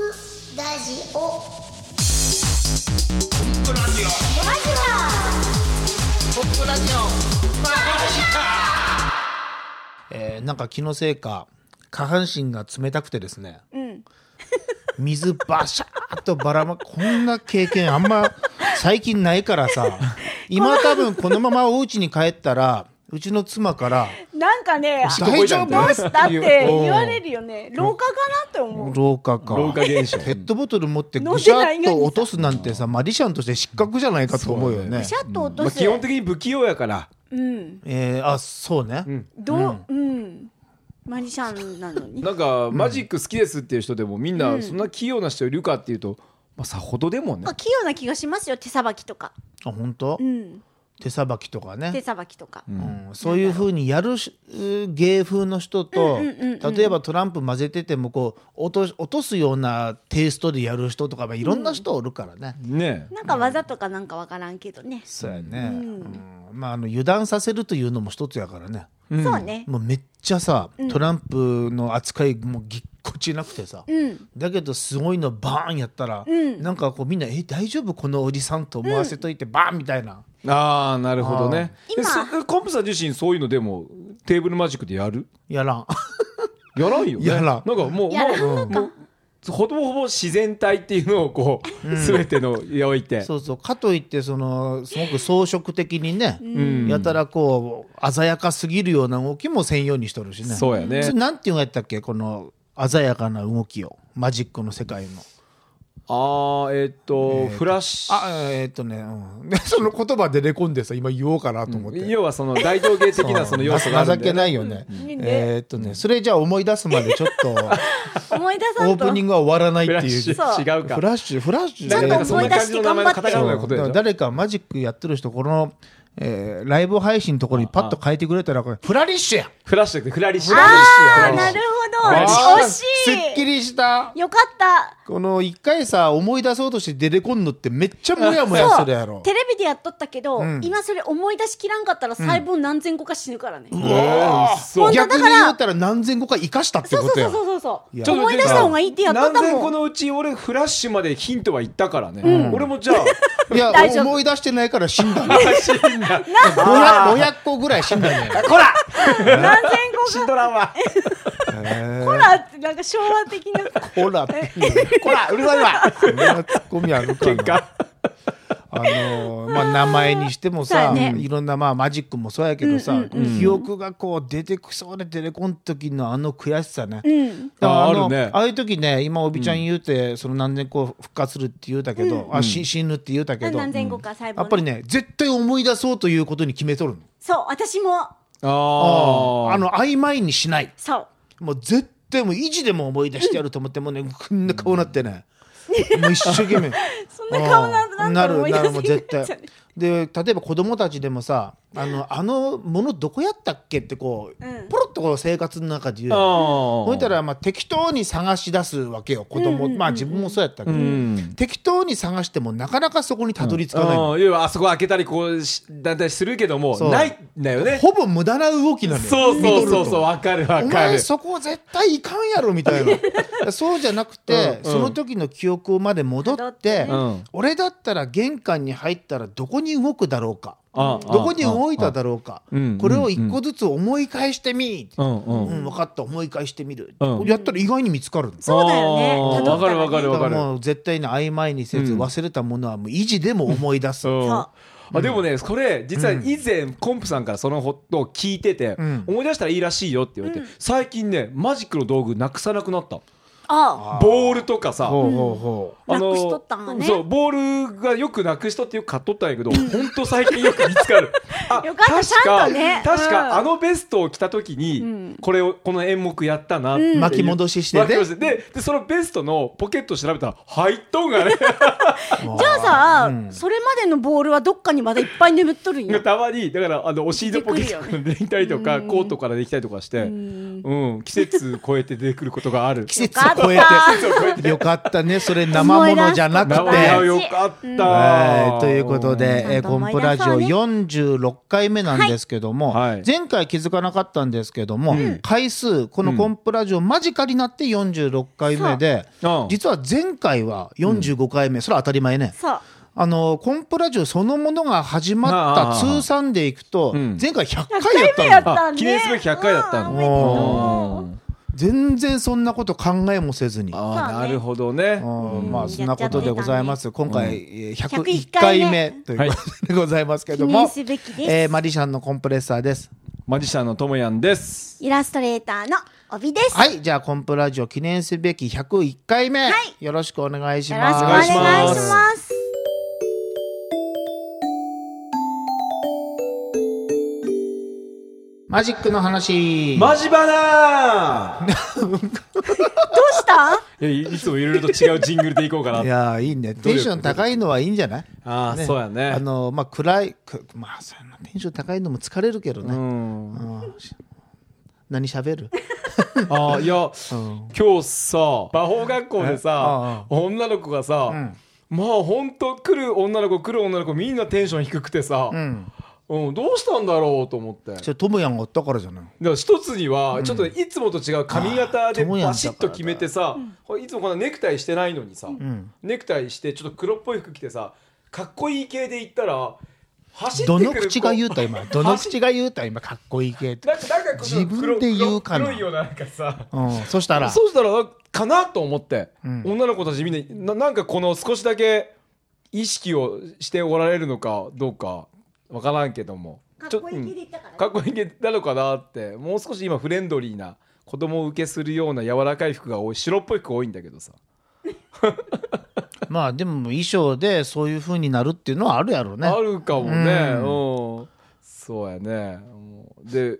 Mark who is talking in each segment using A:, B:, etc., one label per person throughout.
A: ラジオ
B: ポップラジオ
A: ラジ
B: ポップラジオえー、なんか気のせいか下半身が冷たくてですね、水バシャーっとばらまこんな経験あんま最近ないから さ今多分このままお家に帰ったらうちの妻から
C: なんかね、
B: っこい
C: 大
B: いじゃ
C: 丈
B: ん
C: 夫だって
B: うん
C: 言われるよね。廊下かなって思う。
B: 廊下か
D: 老化現象
B: ペットボトル持ってぐしゃっと落とすなんてさマリシャンとして失格じゃないかと思うよね
C: シ。ャッと落と
D: まあ、
C: す。
D: 基本的に不器用やから
C: うん。
B: えー、あそうね、
C: どう、うん。マジシャンなのに。
D: なんかマジック好きですっていう人でもみんなそんな器用な人いるかっていうと、まあ、さほどでもね
C: あ器用な気がしますよ。手さばきとか。
B: あ本当、
C: うん。
B: 手さばきとかね
C: 手さばきとか。
B: うんそういうふうにやるし芸風の人と、例えばトランプ混ぜててもこう落とし落とすようなテイストでやる人とか、まあ、いろんな人おるからね。
D: ねえ
C: なんか技とかなんかわからんけどね。
B: そうやね、うんまあ、あの油断させるというのも一つやからね
C: そうね。
B: もうめっちゃさトランプの扱いもうぎっこちなくてさ、だけどすごいのバーンやったら、なんかこうみんな「え大丈夫このおじさん」と思わせといて、バーンみたいな。
D: ああなるほどね
C: 今
D: えそコンプさん自身そういうのでもテーブルマジックでやる
B: やらん
D: やらんよね
B: やらん
D: なんかもう
C: やらん
D: もうもうほぼほぼ自然体っていうのをこう全ての置いて
B: そうそうかといってそのすごく装飾的にね、
D: うん
B: やたらこう鮮やかすぎるような動きも専用にしとるしね
D: そうやね
B: それなんていうんやったっけこの鮮やかな動きをマジックの世界の
D: ああえっ、とフラッシュ
B: あえーっとね、うん でその言葉でれ込んでさ今言おうかなと思って、
D: 要はその大道芸的なその要素がある
B: 情
D: ん
B: け
D: で、ね、
B: ないよね、
C: ん
B: えーっとねそれじゃあ思い出すまでちょっと
C: 思い出さ
B: オ
C: ん
B: ープ
C: と
B: ニ。ングは終わらないっていう
D: フラッシュ違うか
B: フラッシュフラッシュ
C: ちゃんと思い出して頑張って
D: なんかそんな感じの名前の方々のことでし
B: だか
D: ょ
B: ら誰かマジックやってる人この、えーライブ配信のところにパッと変えてくれたらこれフラリッシュや
D: フラッシュじゃなくてフラリッシュ
C: ああ、なるほ
B: あー
C: ど。惜し
B: すっき
C: い。
B: りした
C: よかった。
B: この一回さ思い出そうとして出てこんのってめっちゃモヤモヤ
C: そ
B: す
C: う
B: るやろ
C: テレビでやっとったけど、
B: ん
C: 今それ思い出しきらんかったら細胞何千個か死ぬからね、
D: あそう
B: 逆に
C: だから
B: 言ったら何千個か生かしたって
C: そう
B: こと
C: そ
B: や
C: うそうそうそ
B: いうや
C: そう思い出した方がいいってやっとった
D: 何千
C: も
D: 個
C: ん
D: のうち俺フラッシュまでヒントは言ったからね、俺もじゃあ
B: いや
C: 大丈夫
B: 思い出してないから死んだ
D: 死んだ
B: 500 500個ぐらい死んだね
D: こら
C: 何千
D: シ
C: 個
D: ンドラは
C: かほらってなんか昭和的な
B: ほらって
D: こらうるさいわ
B: そんなツッコミあるか
D: 喧
B: な
D: 嘩
B: あのーまあ名前にしてもさ、
C: そうやね
B: いろんなまあマジックもそうやけどさ、記憶がこう出てくそうで出てこん時のあの悔しさね、だから
D: あ
B: の
D: あるね
B: ああいう時ね今おびちゃん言うて、その何年後復活するって言うたけど、あし死ぬって言うたけど、
C: 何千個か細胞、
B: やっぱりね絶対思い出そうということに決めとるの
C: そう私も
D: ああ
B: あの曖昧にしない
C: そう
B: もう絶対もう意地でも思い出してやると思ってもうねこんな顔なってね、もう一生懸命
C: そんな顔な
B: うん
C: んだ思い出
B: なるなるもう
C: せ
B: 絶
C: んか
B: 対
C: っちゃう
B: で例えば子供たちでもさあのあのものどこやったっけってこう、
C: うん
B: ポロッとこう生活の中で言うの
D: ほ
B: ほいたらまあ適当に探し出すわけよ子供、まあ自分もそうやったけど、
D: ん
B: 適当に探してもなかなかそこにたどり着かないの、
D: うん要はあそこ開けたりこうしだんだんするけども
B: そう
D: ないんだよね
B: ほぼ無駄な動きなのよ
D: そうそうそうそうわかるわ
B: お
D: か
B: 前
D: る
B: そこ絶対いかんやろみたい なそうじゃなくて、
D: うん
B: その時の記憶まで戻って
C: 戻って
D: うん
B: 俺だったら玄関に入ったらどこに動くだろうか
D: ああ
B: どこに動いただろうか
D: うん
B: これを一個ずつ思い返してみ
D: うんうん
B: うん、分かった思い返してみる、
D: うん
B: やったら意外に見つかるんです
C: そうだよね
D: あー
C: 辿
D: わ
C: っ
D: か
C: たら
D: る
C: ね
D: わかる
B: だ
D: わ
B: か
D: からる
B: もう絶対に曖昧にせず
D: うん
B: 忘れたものはもう意地でも思い出す、
D: うん
C: そ
D: あでもねこれ実は以前コンプさんからそのことを聞いてて、
B: ん
D: 思い出したらいいらしいよって言われて、最近ねマジックの道具なくさなくなった
C: あ
D: ボールとかさ
B: うほうほう
D: あの
C: なくしとったんがね
D: そうボールがよくなくしとってよく買っとったんやけどほんと最近よく見つか るあ
C: よかった
D: 確
C: ちゃ
D: か
C: んとね
D: 確か、
C: うん
D: あのベストを着た時に、これをこの演目やったなっていう
B: 巻き戻ししてね
D: 巻き戻ででそのベストのポケット調べたら入っとんがね
C: じゃあさ、それまでのボールはどっかにまだいっぱい眠っとるんよ
D: たまにだからあのお尻のポケットからでき たりとか、コートからできたりとかしてうん季節超えて出てくることがある
B: 季節を超えて よかったねそれ生ものじゃなくて
D: 名古屋よかった、
B: はい、ということで、えー
C: ちゃんと
B: コ
C: 思
B: ン
C: い
B: プ
C: 出
B: ラジ
C: そ
B: オ
C: うね
B: 46回目なんですけども、
D: はいはい
B: 前回気づかなかったんですけども、回数このコンプラジオ間近になって46回目で、
D: そううん
B: 実は前回は45回目、それは当たり前ね。
C: そう
B: あのコンプラジオそのものが始ま
D: あ
B: っ
D: あ
B: た通算でいくと、
D: うん
B: 前回100回やったのよ
C: やった
D: あ
C: ね
D: 記念すべき100回だった
C: う
D: の
C: ん
B: お
C: ー
D: うん
B: 全然そんなこと考えもせずに。
D: あ
C: そ
D: あ
C: うね
D: なるほどね
B: うん、ま
C: う
B: あ
C: ん
B: そんなことでございます。今回えー101
C: 101
B: 回目
C: 回目
B: ということでございますけど
C: 記
B: も
C: 念すべきです、
B: えーマリシャンのコンプレッサーです。
D: マジシャンのともやんです
C: イラストレーターの帯です、
B: はい、じゃあコンプラジオ記念すべき101回目
C: はい
B: よろしくお願いし
C: よろ
B: ま
C: しく
B: す。
C: お願いし
D: お願い
C: ま
D: し
C: す
D: ま
B: マジックの話。
D: マジバナー
C: どうした
D: い やいいつもいろいろと違うジングルでいこうかない
B: や ーいいね。テンション高いのはいいんじゃない？
D: ああ
B: ね
D: そうやね
B: あのまあ暗いくまあそんなテンション高いのも疲れるけど
D: う
B: ね。
D: ん
B: うんし何喋る？
D: あーいや
B: うん
D: 今日さ魔法学校でさ
B: え
D: 女の子がさ、
B: ん
D: まあほんと来る女の子来る女の子みんなテンション低くてさ、
B: うん。
D: うんどうしたんだろうと思って。
B: それトムヤンがおったからじゃない。
D: だから一つにはちょっといつもと違う髪型で
B: あー友也だからだ
D: バシッと決めてさ、ほいつもこんなネクタイしてないのにさ、
B: ん
D: ネクタイしてちょっと黒っぽい服着てさかっこいい系で行ったら走って
B: ど
D: くる
B: の口が言うた今。どの口が言うた今かっこいい系って。
D: なんかなんかこの
B: 自分で言うかな
D: 黒黒いようななんかさ
B: うん。そしたら。
D: そうしたらかなと思って、
B: うん
D: 女の子たちみんなななんかこの少しだけ意識をしておられるのかどうかわからんけども
C: か
D: ちょ
C: っこいい系で言ったから
D: うんかっこいい系なのかなってもう少し今フレンドリーな子供を受けするような柔らかい服が多い白っぽい服が多いんだけどさ
B: まあでも衣装でそういう風になるっていうのはあるやろうね。
D: あるかもね
B: う
D: うんそうやねもうで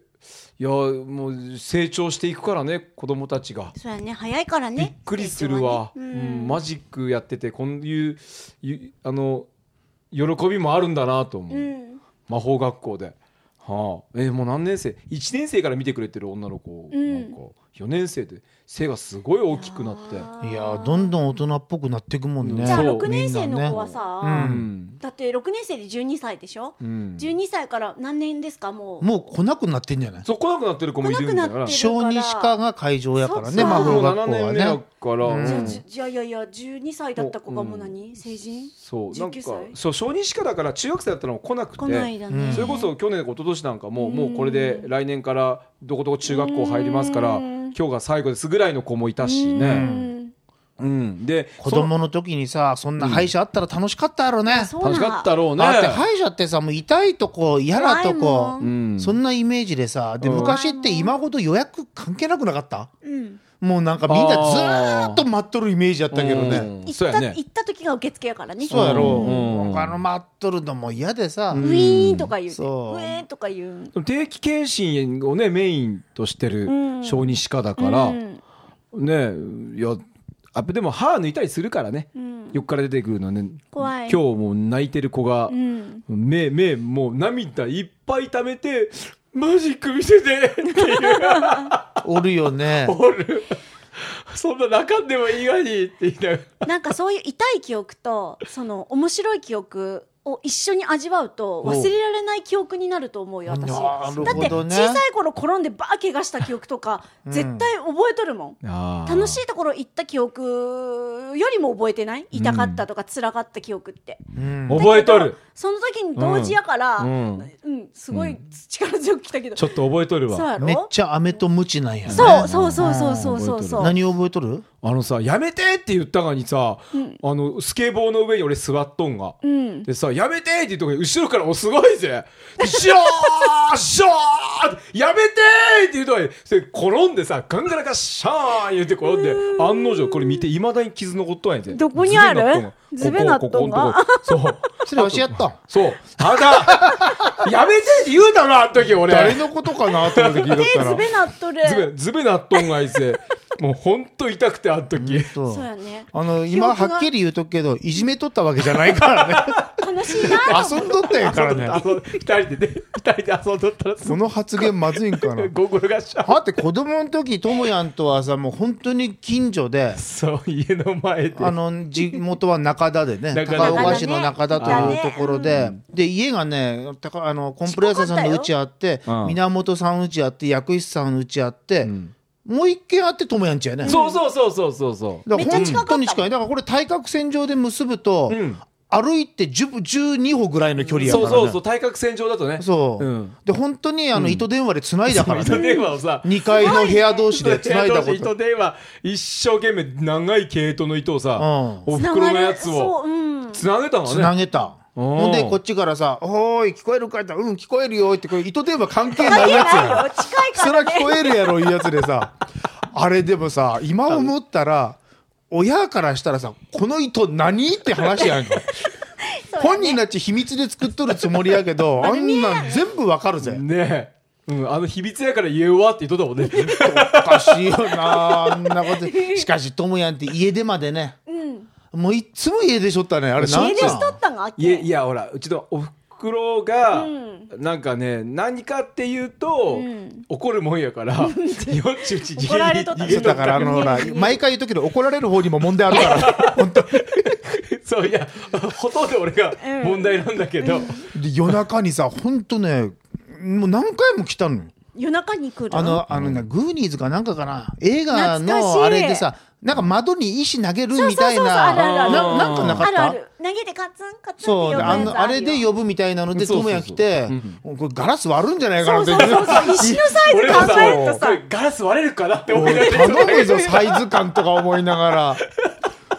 D: いやもう成長していくからね子供たちが
C: そうやね早いから
D: びっ
C: ね
D: くりするわ、
C: 成長はね
D: うんマジックやっててこういうゆあの喜びもあるんだなと思う、
C: うん、うん
D: 魔法学校で、はあ、えもう何年生1年生から見てくれてる女の子、
C: うん
D: なんか4年生で背がすごい大きくなって
C: あ
B: い
C: ー
B: やーどんどん大人っぽくなっていくもんね。
C: じゃあ
D: そう
C: 6年生の子は
B: みんな
C: さ、
D: う
B: ね
D: ん、
C: だって6年生で12歳でしょ、
D: うん、
C: 12歳から何年ですかもう
B: もう来なくなってんじゃない
D: そう来なくなってる子もいるん
C: 来な
D: だから
C: くなってる
B: 小児科が会場やからね
C: そう
B: 魔
C: そ
B: 法
C: う
D: もう
B: 学
D: 7
B: 校は
D: 年目だ
B: ね。
D: から、
B: うん
C: じゃあじじゃあいやいや12歳だった子がもう何、成人
D: そうなんか
C: 19歳
D: そう小児科だから中学生だったらもう来なくて
C: 来ないだ
B: う
C: ね、
B: ん
D: それこそ去年一昨年なんかも
C: うん
D: もうこれで来年からどこどこ中学校入りますから
C: うん
D: 今日が最後ですぐらいの子もいたし
C: う
D: ね。
C: ん
D: うん、で
B: 子供の時にさそんな歯医者あったら楽しかったやろね。
C: そ
D: そう
C: な
D: 楽
C: ん
D: しかったろうね。
B: だって歯医者ってさもう痛いとこ嫌なと
C: 怖い
B: こ
C: も。
D: うん、
B: そんなイメージでさで
D: うん
B: 昔って今ほど予約関係なくなかった
C: うん
B: もうなんかみんなずーっと待っとるイメージやったけどね。
D: うん
C: 行っ
D: そう
C: た
D: やね
C: 行った時が受付やからね
B: そうやろ
D: う
B: うん他の待っとるのも嫌でさ、
C: ウィーンとか言うて、
B: そう
C: ウィーンとか言う
D: 定期検診をねメインとしてる
C: うん
D: 小児歯科だから、
C: うん
D: ねいやあでも歯抜いたりするからね、
C: うん
D: 横から出てくるのはね
C: 怖い
D: 今日もう泣いてる子が、
C: うん
D: 目目もう涙いっぱい溜めてマジック見せてっていう
B: おるよね。
D: ボールそんな泣かんでもいいがにって言いながら
C: なんかそういう痛い記憶とその面白い記憶を一緒に味わうと忘れられない記憶になると思う よ私だ
B: なる
C: っ
B: ほ
C: て
B: どね。
C: 小さい頃転んでバー怪我した記憶とか
B: うん
C: 絶対覚えとるもん楽し
D: い
C: いところ行った記憶よりも覚えてない痛かったとか辛かった記憶って、
B: うん
D: 覚えとる
C: その時に同時やから、
D: う
C: うんんすごい力強く来たけど、
D: ちょっと覚えとる
C: そう
D: わ
C: やろ
B: めっちゃ飴とムチなんやね。
C: そうそうそうそうそうそうそう、
B: 何覚えとる
D: あのさやめてって言ったがにさ、
C: うん
D: あのスケボーの上に俺座っとんが、
C: うん、
D: でさやめてって言ったが後ろから「おすごいぜ!」ショーショーってやめてって言うとがそれ転んでさガンガラガシャーン言って転んで案の定これ見ていまだに傷残っとんやて
C: どこにある
D: ズベなっとんがここここんとこそう
B: それわしや ったん
D: そうただやめてって言うだろあの時俺
B: 誰のことかなと思って聞いとった
C: 手
B: ら
C: ず。べなっとる
D: ズベ、ズベ納豆がいて、もう本当痛くてあの時
B: そう
C: そうやね
B: あの今
C: 記憶が
B: はっきり言うとくけどいじめとったわけじゃない からね
C: 悲しいなと
B: 遊んどったんやからね
D: 遊んで二人でね二人で遊んどったらす
B: この発言まずいんかな
D: ぐゴーグルがしゃ
B: だって子供の時ともやんとはさもう本当に近所で
D: そう家の前で
B: あの地元は中田でね
D: 中田
B: 高岡市の中田というところで、で家がね高あのコンプレッサーさんのうちあって
D: うん
B: 源さんうちあって薬師さんうちあって、
D: ん
B: もう一軒あってともやんちやね。
D: そうそうそうそうそうそう
B: だから
C: めっちゃ
B: 本
C: 近かった
B: 当に近いだからこれ対角線上で結ぶと、
D: うん
B: 歩いて10 12歩ぐらいの距離やか
D: そ
B: ら
D: う
B: ね
D: そうそう対角線上だとね
B: そう
D: うん
B: で本当にあの糸電話で繋いだ からね、
D: 糸電話をさ
B: 2階の部屋同士で繋いだこ
D: 糸
B: と
D: 電話一生懸命長い毛糸の糸をさ、
B: う
D: おふ
C: 繋
D: く
C: がる
D: ろのやつを
C: そううん
D: つなげたの
B: 繋
D: ね
B: げた
D: うん
B: ほんでこっちからさ「おーい聞こえるか?」って言ったら「うん聞こえるよ」ってこれ糸電話関係ない
C: いや
B: やつ
C: ない
B: や
C: よ近い
B: そ
C: からら
B: 聞
C: ね
B: こえるやろいうやつでさあれでもさ今思ったら親からしたらさ「この糸何?」って話やんか本人たち秘密で作っとるつもりやけ どあんなん全部わかるぜ
D: ねえ、うん、あの秘密やから言えわって言っとったも んね
B: おかしいよなあんなことしかしともやんって家出までね
C: うん
B: もういっつも家出しょったねあれなん
C: 家出
B: なん
C: しとったんあっけ
D: いやいやほらうちのおふくろが、
C: うん
D: なんかね何かっていうと、
C: ん
D: 怒るもん やからよっちうち
C: 怒られとった
D: 逃げ
B: そうだからあのほら毎回言うときで怒られる方にも問題あるから本当
D: そういやほとんど俺が
C: うん
D: 問題なんだけど、
B: で夜中にさ本当ねもう何回も来たのよ
C: 夜中に来る
B: あのあのねグーニーズかなんかかな映画
C: 懐かしい
B: のあれでさなんか窓に石投げるみたい
C: そうそうそうそうあるあるあ
B: な
C: る
B: ななんかなかっ
C: ある
B: た
C: ある投げてカツンカツンって
B: そうであ
C: 呼ぶやつ
B: のあれで
C: よ
B: 呼ぶみたいなので
D: そ
B: 智
D: うそうそう
B: 也来て「これガラス割るんじゃないかな」
C: そ
B: っ
C: う
B: て
C: そうそう そう石のサイズ
D: 俺もさ
C: 考えると
D: こ
C: さ
D: れガラス割れるかなって思いながら
B: 頼むぞサイズ感とか思いなが ら。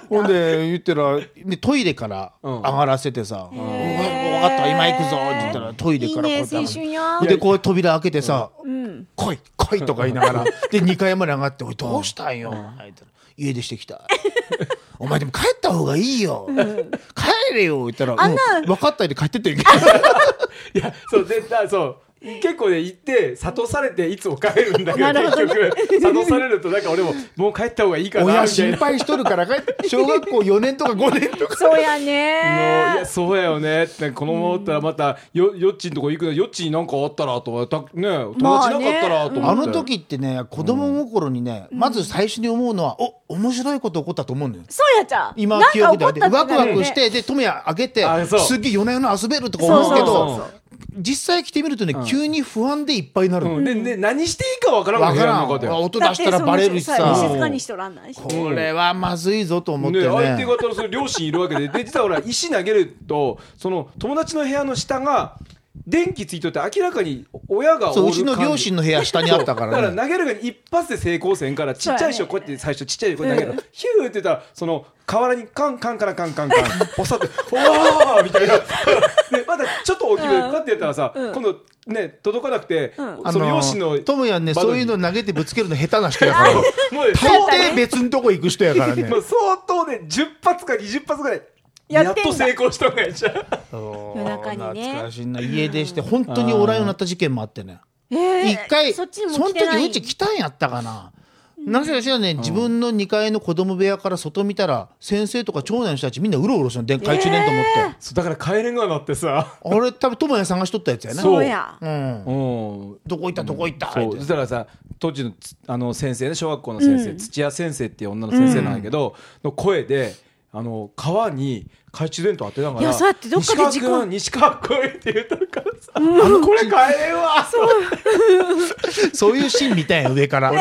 B: ほんで言ってらでトイレから上がらせてさ「うわ分かった今行くぞ」って言ったらトイレからこうやって上が
C: いいね
B: る
C: 青春よ
B: でこう扉開けてさ「来い来い」とか言いながらで2階まで上がって「おいどうしたんよ」入ったら家出してきた」 「お前でも帰った方がいいよ帰れよ」言ったら「
C: あんな
B: うん分かった」で帰ってって
D: いや、そう、絶対、そう。結構ね、行って、諭されて、いつも帰るんだけど、
C: なるほどね
D: 結局、諭されると、なんか俺も、もう帰った方がいいかな、みたいな。
B: 親心配しとるから帰って小学校4年とか5年と か
C: そうや
D: もうい
C: ね
D: や、そうやよねって、このままだったらまた、よ、よっちんとこ行くの、よっちになんかあったら、とか、たね、友達
C: まあ
D: なか
C: ね
D: ったら、と思
B: あ
D: って。
B: の時ってね子供心にね、まず最初に思うのはお面白いこと起こったと思うのよ
C: そうやちゃん
B: 今
C: なん
B: 記
C: か
B: 憶
C: 怒
B: でで
C: ったってな
B: ワク
C: るよ
B: ワ
C: ね
B: クしてで智也上げて
D: あそう
B: すっげえ夜な夜な遊べるとか思うけど
C: そうそう
B: 実際来てみるとね、急に不安でいっぱいになるの、
D: うん。で、ね、何していいかわからん
B: わ
D: わ
B: か
D: け
B: ら
D: やん
B: ん
D: かで。
B: 音出したらバレるし
C: だってそ
B: さ
C: の静かにしとらんないし
B: これはまずいぞと思って
D: ね、
B: ね
D: 相手方のその両親いるわけで、 で、実はほら、石投げると、その、友達の部屋の下が、電気ついとって明らかに親が
B: そう
D: お
B: うち
D: る
B: の
D: 感
B: 両
D: じ
B: 親の部屋下にあったか
D: だからら
B: ね
D: 投げるが一発で成功せんからちっちゃい人こうやって最初ちっちゃい子投げるヒューって言ったらその河原にカンカンからカンカンカンポサって「おー!」みたいな でまだちょっと大きめでパッてやったらさ
C: うん
D: 今度ね届かなくて
C: ん
B: あ
D: その
B: の
D: 両親の
B: 智也ね
D: 窓に
B: そういうの投げてぶつけるの下手な人や から
D: もう
B: 大抵別んとこ行く人やからね
D: もう相当ね10発か20発ぐらい
C: や
D: やっ
C: ってんだ
D: と成功したのがいじゃん
B: 夜
C: 中にね
B: 懐かしいな家出して本当におらんようになった事件もあってね
C: ええ
B: 一回
C: そっちに
B: そ
C: も
B: の
C: 来てない
B: 時うち来たんやったかな何せかしらね自分の2階の子供部屋から外見たら先生とか長男の人たちみんなうろうろしてんで懐中電灯持って
D: そうだから帰れんがなってさ
B: あれ多分智也探しとったやつやね
C: そうや
B: うん
D: うん
B: どこ行ったどこ行った
D: そう
B: 言
D: そうしてたらさ当時のつあの先生ね小学校の先生、土屋先生っていう女の先生なんだけど、の声であの川に懐中電灯当てながら
C: いやそうやってどっかで事
D: 西
C: 故
D: 川君西川君って言うとるからさ、あのこれ帰れんわ
B: そういうシーン見たんや上からで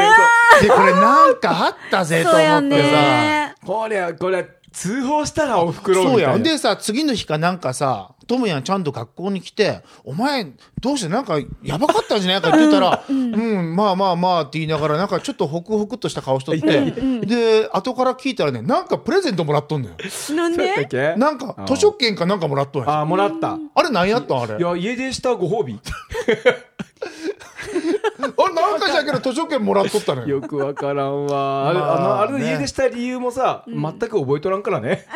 B: これなんかあったぜと
C: そうや
B: 思ってさ
C: ね
D: これはこれは通報したらおふくろ
B: そう
D: みた
B: や
D: い
B: ん
D: な
B: でさ次の日かなんかさトムヤンちゃんと学校に来て「お前どうしてなんかやばかったんじゃないか」って言った ら「うん、まあまあまあ」って言いながらなんかちょっとホクホクっとした顔しとってで後から聞いたらねなんかプレゼントもらっとんのよ
C: なん
D: そうやったっ
C: で
D: け
B: なんか図書券かなんかもらっとんや
D: ああもらった
B: あれ何やったんあれ
D: いや家出したご褒
B: あ
D: 美
B: れなんかじゃけど図書券もらっとったのよ
D: よくわからんわあれ,、
B: まあ
D: あのあれの
B: ね
D: 家出した理由もさ、全く覚えとらんからね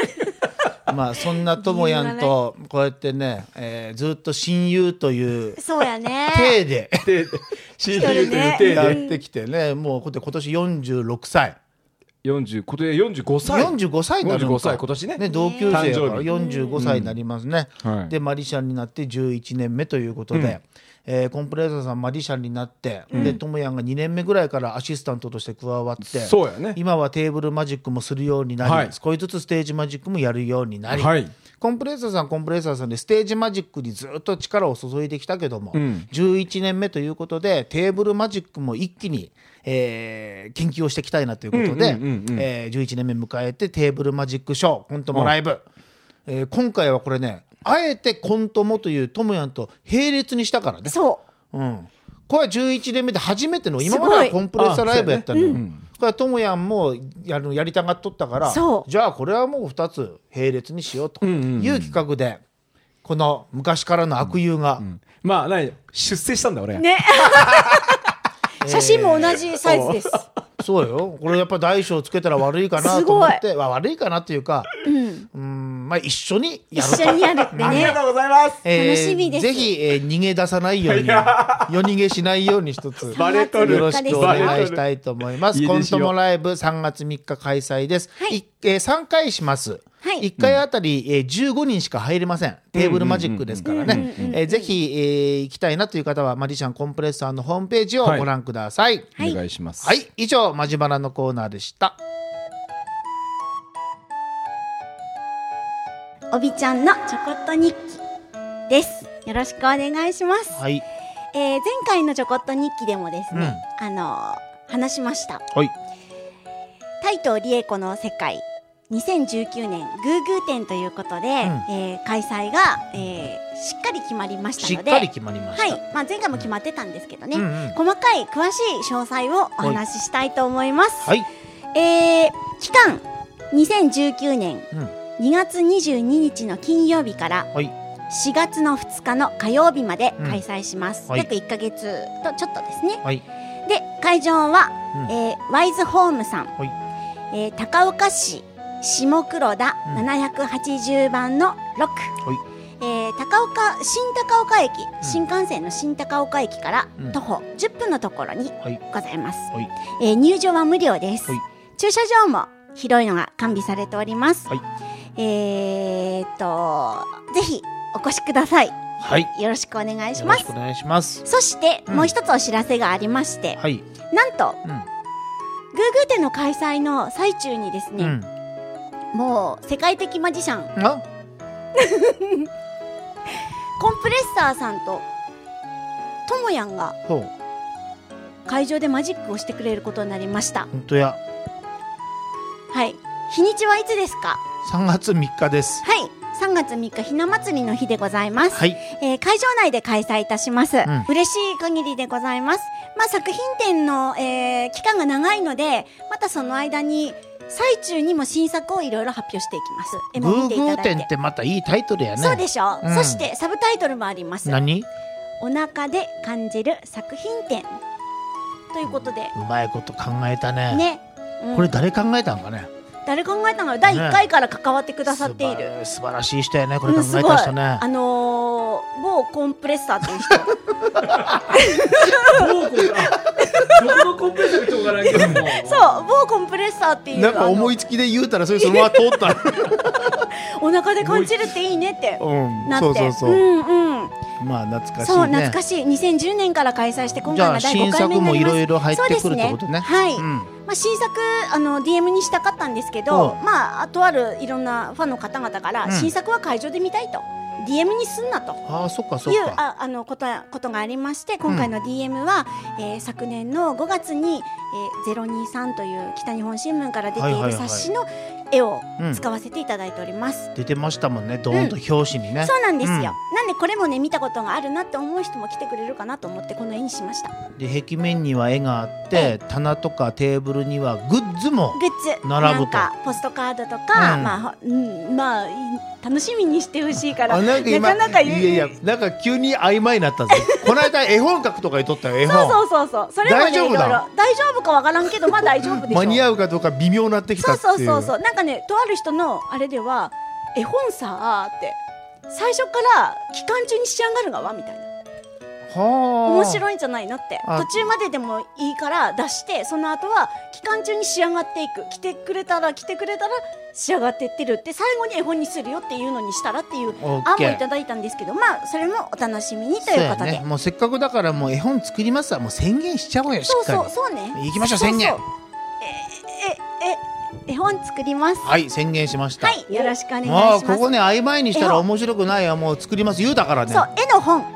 B: まあそんなともやんとこうやってね、えーずっと親友という
C: そうやね
B: 体で
D: で親友という
C: 一人
D: 体
B: や
D: で
C: ね
B: ってきてねもうこうやって今年46歳
D: 40今年45歳
B: 45歳になるの
D: 45
B: か
D: 歳今年ね
B: ね同級生
D: 誕生
B: が
D: 日
B: 45歳になりますね、
D: うんはい
B: でマリシャンになって11年目ということで、えーコンプレッサーさんマリシャンになって、でともやんが2年目ぐらいからアシスタントとして加わって
D: そうやね
B: 今はテーブルマジックもするようになり、
D: はい
B: 少しずつステージマジックもやるようになり、
D: はい
B: コンプレッサーさんコンプレッサーさんでステージマジックにずっと力を注いできたけども、
D: ん
B: 11年目ということでテーブルマジックも一気に、えー研究をしていきたいなということで、
D: うんうんうんうん
B: えー11年目迎えてテーブルマジックショーコントもライブ、えー今回はこれねあえてコントもというともやんと並列にしたからね、
C: そ
B: うん、これは11年目で初めての今までは
C: すご
B: コ
C: い
B: ンプレッサーライブやったのよ、
D: あそう
B: こ
D: やね
B: れはともやんもやるやりたがっとったから
C: そう
B: じゃあこれはもう2つ並列にしようと
D: んうんうん
B: いう企画でこの昔からの悪友が、
D: まあ何出世したんだ俺
C: うね写真も同じサイズです
B: そうよこれやっぱ大小つけたら悪いかなと思っ
C: す
B: てわ悪いかなっていうかうんまあ一緒にやる
C: 一緒にやるって
D: ありが
C: ね
D: とうございます
B: え
C: 楽しみです
B: ぜひ、えー逃げ出さないよう に
D: い
B: 夜
D: や
B: 逃げしないように一つ
D: バレとる
B: よろしくお願いしたいと思います。
D: いい
B: コ
D: で
B: ン
D: すよ
B: トもライブ3月3日開催です。
C: はい
B: いえー3回します。
C: はい
B: 1回あたり、えー15人しか入れません。テーブルマジックですからね。えーぜひ、えー行きたいなという方は、マリシャンコンプレッサーのホームページを
D: はい
B: ご覧ください。
C: はい
D: お願いします
B: はい、以上、マジバラのコーナーでした。
C: おびちゃんのちょこっと日記ですよろしくお願いします、
B: はい。
C: えー前回のちょこっと日記でもですね、あのー話しました
B: はい。
C: タイとリエコの世界2019年グーグー展ということで、えー開催が、えーしっかり決まりました
B: しっ
C: ので
B: かり決まりま
C: は
B: し
C: い
B: た。、
C: まあ、前回も決まってたんですけどね、
B: うんうん
C: 細かい詳しい詳細をお話ししたいと思います、
B: はい。
C: えー期間2019年
B: うん
C: 2月22日の金曜日から
B: はい。
C: 4月の2日の火曜日まで
B: うん
C: 開催します、
B: はい
C: 約1か月とちょっとですね
B: はい。
C: で会場は、
B: うん
C: えーワイズホームさん、
B: はい
C: えー高岡市下黒田
B: うん
C: 780番の6、
B: はい
C: えー高岡新高岡
B: ん
C: 駅、新幹線の新高岡駅から
B: うん
C: 徒歩10分のところに
B: はい。
C: ございます、
B: はい。
C: えー入場は無料です、
B: はい
C: 駐車場も広いのが完備されております、
B: はい
C: えーっとぜひお越しください
B: はい。
C: よろしくお願いし
B: よろ
C: ま
B: し
C: す
B: くお願いします。
C: そして、
B: うん
C: もう一つお知らせがありまして、
B: はい。
C: なんと
B: うん。
C: グーグー展の開催の最中にです
B: う
C: ね、
B: ん。
C: もう世界的マジシャン
B: あ
C: コンプレッサーさんとともやんが
B: ほう。
C: 会場でマジックをしてくれることになりました
B: 本当や。
C: はい日にちはいつですか
B: 3月3日です。
C: はい3月3日ひな祭りの日でございます、
B: はい。
C: えー会場内で開催いたします、
B: ん
C: 嬉しい限りでございますまあ作品展の、えー期間が長いのでまたその間に最中にも新作をいろいろ発表していきます絵
B: グ
C: も
B: ー
C: 見
B: グ
C: ていた
B: ー
C: だいて
B: 展ってまたいいタイトルやね。
C: そうでしょ、
B: うん
C: そしてサブタイトルもあります
B: 何う
C: お腹で感じる作品展ということで
B: まいこと考えたね。
C: ね、うん
B: これ誰考えたんかね。
C: 誰考えたのよ第1回から関わってくださってい
B: 素晴
C: る、
B: 素晴らしい人やね。こ
C: う
B: れ考
C: ん、
B: え
C: すごい
B: た人ね
C: あ。のー、某コンプレッサーという 人
D: どこのコンプレッサーかちょっとわからんけども
C: そう某コンプレッサーっていう
B: いつきで言うたらそれそのまま通 った。
C: あのお腹で感じるっていいねって
B: うん。
C: なって
B: そうそうそうん
C: うん
B: まあ懐かしいね。
C: そう懐かしい2010年から開催して今
B: じゃあ
C: 回が第5
B: 新
C: 回
B: 作
C: 目にな
B: もい
C: ります
B: ろいろ入ってくるってこと
C: そうです
B: ね。
C: はい、
B: うん。
C: まあ、新作あの DM にしたかったんですけど、
B: うん
C: まあ、あとあるいろんなファンの方々から、
B: うん
C: 新作は会場で見たいと DM にすんなと。
B: ああそっか
C: い
B: そうっか。
C: ああのことことがありまして今回の DM は、えー昨年の5月に「えー023」という北日本新聞から出て
B: はい
C: い
B: はい
C: る
B: はい
C: 冊子の絵を
B: うん
C: 使わせていただいております。
B: 出てましたもんね。ドーンと表紙にね。
C: そうなんですよ、
B: うん
C: なんでこれもね見たことがあるなって思う人も来てくれるかなと思ってこの絵にしましたグ
B: で壁面には絵があって、棚とかテーブルにはグッズも。
C: ッズ
B: 並ぶと
C: なんかポストカードとか、
B: うん
C: まあほ、うん、まあい楽しみにしてほしいから
B: あ
C: な
B: なんか
C: か
B: 今
C: なか
B: い
C: 言
B: や
C: う
B: いやなんか急に曖昧にな ったぜこの間絵本書くとか言っとったよ絵
C: そう
B: 本
C: そうそうそうそれもね
B: 大丈夫だ
C: いろいろ大丈夫かわからんけ どまあ大丈夫でしょ
B: 間に合うかどうか微妙になってき
C: そ
B: たっ
C: う
B: て
C: そう
B: いう
C: そうそうなんかねとある人のあれでは絵本さーって最初から期間中に仕上がるがわみたいな
B: はあ
C: 面
B: い
C: 白いんじゃないのって
B: あ
C: 途中まででもいいから出してその後は期間中に仕上がっていく来てくれたら来てくれたら仕上がっていってるって最後に絵本にするよっていうのにしたらっていう
B: オッ
C: 案
B: ケ
C: も
B: ー
C: いただいたんですけどまあそれもお楽しみにと
B: そう
C: いう
B: や
C: ことで
B: ねもうせっかくだからもう絵本作りますわもう宣言しちゃおうよし
C: そう
B: っかり
C: そうそうね
B: 行きましょう宣言
C: そそええ絵本作ります
B: はい宣言しました
C: はいよろしくお願いし
B: も
C: ま
B: う
C: す
B: ここね曖昧にした
C: 絵
B: ら
C: 本
B: 面白くないよもう作ります言うだからね
C: そう絵の本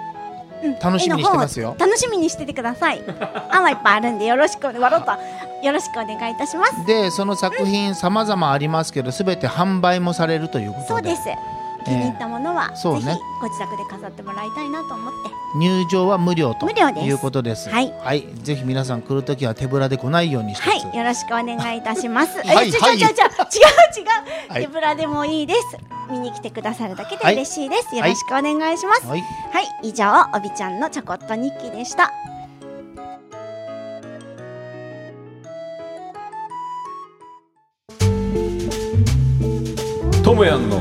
C: うん
B: 楽しみにしてますよ
C: 絵の本を楽しみにしててください案はいっぱいあるんでよろしく笑ったよろしくお願いいたします
B: でその作品さまざまありますけどすべて販売もされるというこ
C: そ
B: と
C: う
B: で
C: です気に入ったものは、
B: そうね
C: ぜひご自宅で飾ってもらいたいなと思って
B: 入場は無料と
C: 無料です
B: いうことです
C: はい
B: ぜひ皆さん来るときは手ぶらで来ないようにして
C: はいよろしくお願いいたしますえ
B: はい
C: 違う
B: はい
C: 違う違う違う違う、
B: はい
C: 手ぶらでもいいです見に来てくださるだけで
B: はい
C: 嬉しいです、
B: い
C: よろしくお願いしますは、
B: はいい
C: 以上おびちゃんのちょこっと日記でした
D: ともやんの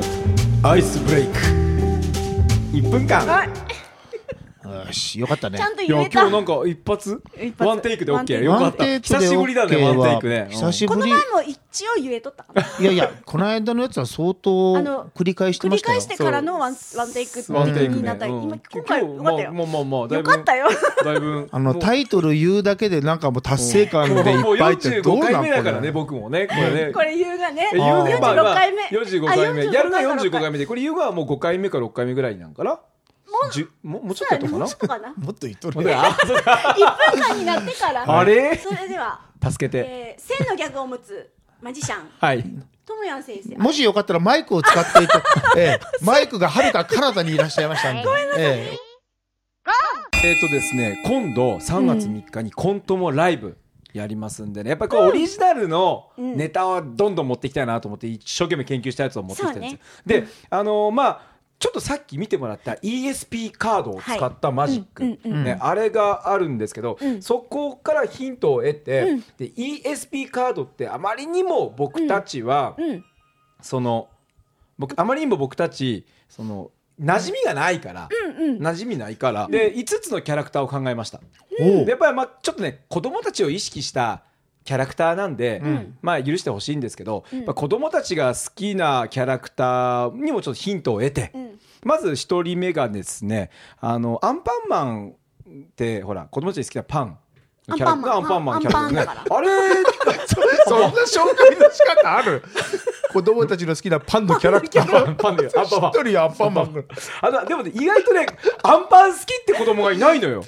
D: アイスブレイク1分間
B: よしよかったね
C: ちゃんと
D: いや
C: 言えた
D: 今日なん
C: こ
D: か一発
C: 一発
D: ワンテイクで
C: ワンテイ
D: OK
C: ク
D: よかっ
B: ワンテ
D: た
B: イクで
D: 久しぶりだね
B: OK は
D: ワンテイクね
B: 久し
D: ぶ
B: ぶ
C: の
B: り
C: 前も一応言えとったから
B: いやいやこの間のやつは相当
C: あの
B: 繰り返して
C: 繰
B: ま
C: り
B: したよ
C: 返してからのワンワンテイクって
D: ワンテイク
C: にな
D: ね
C: ったり、今今回よかったよ、
D: まあまあまあだい
C: よ
D: ぶ
C: かったよ
D: だいぶ
B: あの
D: もう
B: タイトル言うだけでなんかもう達成感でい
D: もう
B: っぱいってどう
D: 45
B: な
D: 回
B: ん
D: 目だか
B: こ
D: らね
B: れ
D: 僕もねこれね
C: これ言うがね
D: え言うね
B: あー
D: まあま
C: 45
D: あ
C: 回目
D: 45回目
C: あ
D: やるが45
C: 45
D: 回目でこれ優雅はもう5回目か6回目ぐらいなんかなもうもうもうちょっとやったか
C: も
D: な
C: うちょっと かな
B: もっと言っとる
D: ほんとだあそうだ
C: 1分間になってから
D: あれ
C: それでは、
D: 助けて
C: えー、千のギャグを持つマジシャン
D: はい
C: ともやん先生
B: もしよかったらマイクを使っていた、 ええ、マイクがはるか彼方にいらっしゃいましたんで。ええ
D: えっとですね今度3月3日にコントもライブやりますんでねやっぱりこうオリジナルの
C: うん
D: ネタをどんどん持っていきたいなと思って一生懸命研究したやつを持ってきたんですよであのーまあちょっとさっき見てもらった ESP カードを使ったマジック
C: うんうん
B: うん
D: ね、あれがあるんですけど、
C: うん
D: そこからヒントを得て、
C: うん
D: で ESP カードってあまりにも僕たちは、
C: うん
D: その僕あまりにも僕たちその馴染みがないから、
C: うんうん
D: 馴染みないから、で5つのキャラクターを考えました、
B: おう
D: でやっぱりまあちょっとね子供たちを意識したキャラクターなんで、
B: うん
D: まあ許してほしいんですけど、
C: うん
D: やっぱ子供たちが好きなキャラクターにもちょっとヒントを得て、
C: うん
D: まず一人目がですねあのアンパンマンってほら子供たち好きなパン
C: アンパンマン
D: アンパンマンキャラクター
C: アンパン
D: ねあれ
B: そんな紹介の仕方ある 子供たちの好きなパンのキャラクター。
D: アンパンだ よアンパンマン
B: 一人アンパンマン。
D: あのでもね意外とねアンパン好きって子供がいないのよ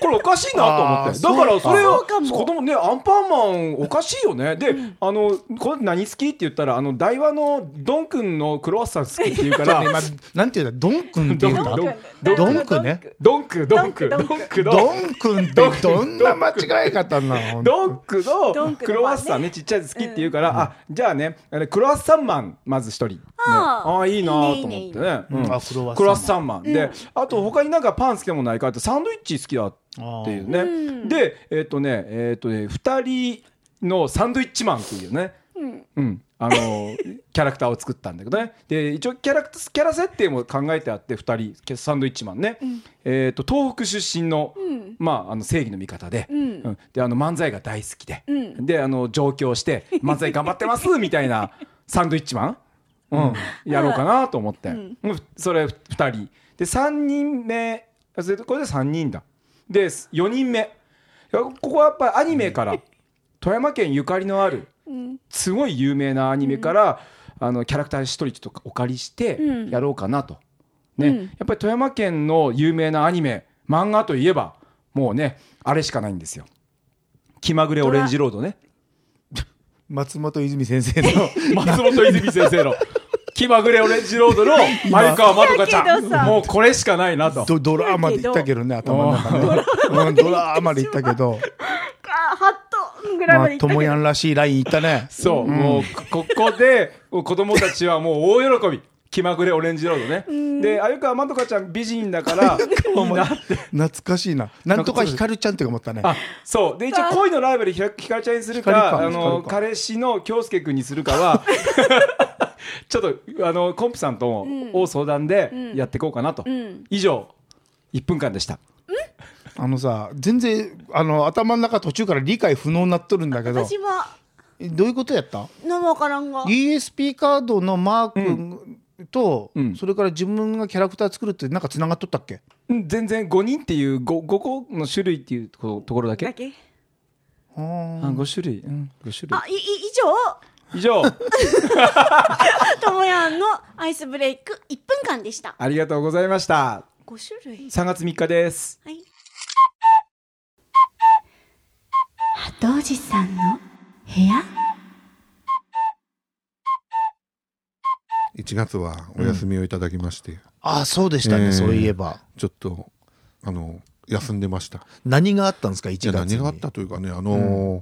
D: これおかしいなと思って
B: あ
D: だ
B: ー
D: からそれを
C: そうかも
D: 子供ねアンパンマンおかしいよねで、あのこれ何好きって言ったらあの台湾のドン君のクロワッサン好きって言う
B: だ
D: か
B: から
D: ら
B: 今、なんていうんだ、ドンくんって言うんだ
D: ドン。
C: ド ン
B: ドンくんね。
D: ドンクドンク
C: ド
D: ド
C: ン
D: ン
C: ク
D: クの
B: ドンくんってどんな間違え方なの
D: ドンク
C: ドン
D: の
C: クの
D: クロワッサンねちっちゃいやつ好きって言うから、あじゃあねあれクロワッサンマンまず一人、ね、
C: あー
D: あーいいなと思って
C: いいねい
D: ね
C: いね
D: うん
B: あクロワッサンマン
D: クロワッサンマンであと他になんかパン好きでもないかってサンドイッチ好きだっていう
C: あ
D: ね
C: ーうん
D: でえっ、とねえっ、とね2人のサンドイッチマンっていうね
C: うん
D: うん、あのキャラクターを作ったんだけどねで一応キャラクターキャラ設定も考えてあって2人サンドイッチマンね、えー、と東北出身の,、
C: ん
D: まあ、あの正義の味方で,、
C: ん
D: であの漫才が大好きで、
C: うん
D: であの上京して「漫才頑張ってます」 みたいなサンドイッチマン、うん、やろうかなと思って、うんそれ2人で3人目あそれこれで3人だで4人目いやここはやっぱりアニメから富山県ゆかりのある
C: うん
D: すごい有名なアニメから、あのキャラクター一人ちょっとお借りして
C: うん
D: やろうかなと、ね
C: うん
D: やっぱり富山県の有名なアニメ漫画といえばもうねあれしかないんですよ「気まぐれオレンジロードね」
B: 松本泉先生の。
D: 松本泉先生の「気まぐれオレンジロード」の前川まどかちゃ
C: だけどさ
D: んもうこれしかないなと。
B: ドドラーマで言ったけどね、頭の中ね。うんドラーマで言ったけど、
C: あハットぐらい
B: ま
C: ま
B: あ
C: でい、った
B: と
C: けど、
B: もやんらしいラインいったね。
D: そう、もうこここで子供たちはもう大喜び 気まぐれオレンジロードね、で鮎川まどかちゃん美人だ からいいなって
B: 懐かしいな。なんとかひかるちゃんって思ったね。
D: あそうで一応恋のライバルひらひかるちゃんにするか
B: ひかるか
D: あ
B: ひかる
D: の
B: か
D: 彼氏の京介君にするかは ちょっとあのコンプさんとも、を相談でやっていこうかなと、
C: ん
D: 以上1分間でした
E: あのさ全然あの頭の中途中から理解不能になっとるんだけど
C: 私は
E: どういうことやった
C: のわからんが
E: ESP カードのマークと、
D: うん
E: それから自分がキャラクター作るってなんかつながっとったっけ
D: うん全然5人っていう 5, 5個の種類っていうところだけ
C: だけ
E: あー
D: あ5種類、うん、5種類
C: あいい以上
D: 以上
C: ともやんのアイスブレイク1分間でした
D: ありがとうございました
C: 5種類
D: 3月3日です
C: はい鳩おじさんの部屋
A: 1月はお休みをいただきまして、
E: あそうでしたね、
A: えー
E: そういえば
A: ちょっとあの休んでました
E: 何があったんですか1
A: いや
E: 月に
A: 何があったというかねあのー